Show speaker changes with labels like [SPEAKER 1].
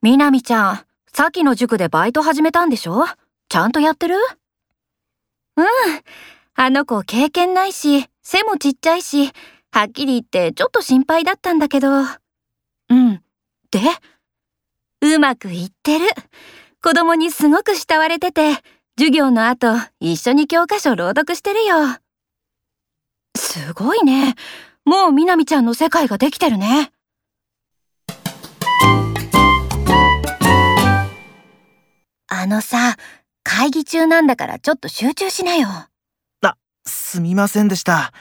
[SPEAKER 1] みなみちゃん、さっきの塾でバイト始めたんでしょちゃんとやってる
[SPEAKER 2] うん。あの子経験ないし、背もちっちゃいし、はっきり言ってちょっと心配だったんだけど。
[SPEAKER 1] うん。で
[SPEAKER 2] うまくいってる。子供にすごく慕われてて、授業の後一緒に教科書朗読してるよ。
[SPEAKER 1] すごいね。もうみなみちゃんの世界ができてるね。
[SPEAKER 2] あのさ、会議中なんだからちょっと集中しなよ。
[SPEAKER 3] すみませんでした。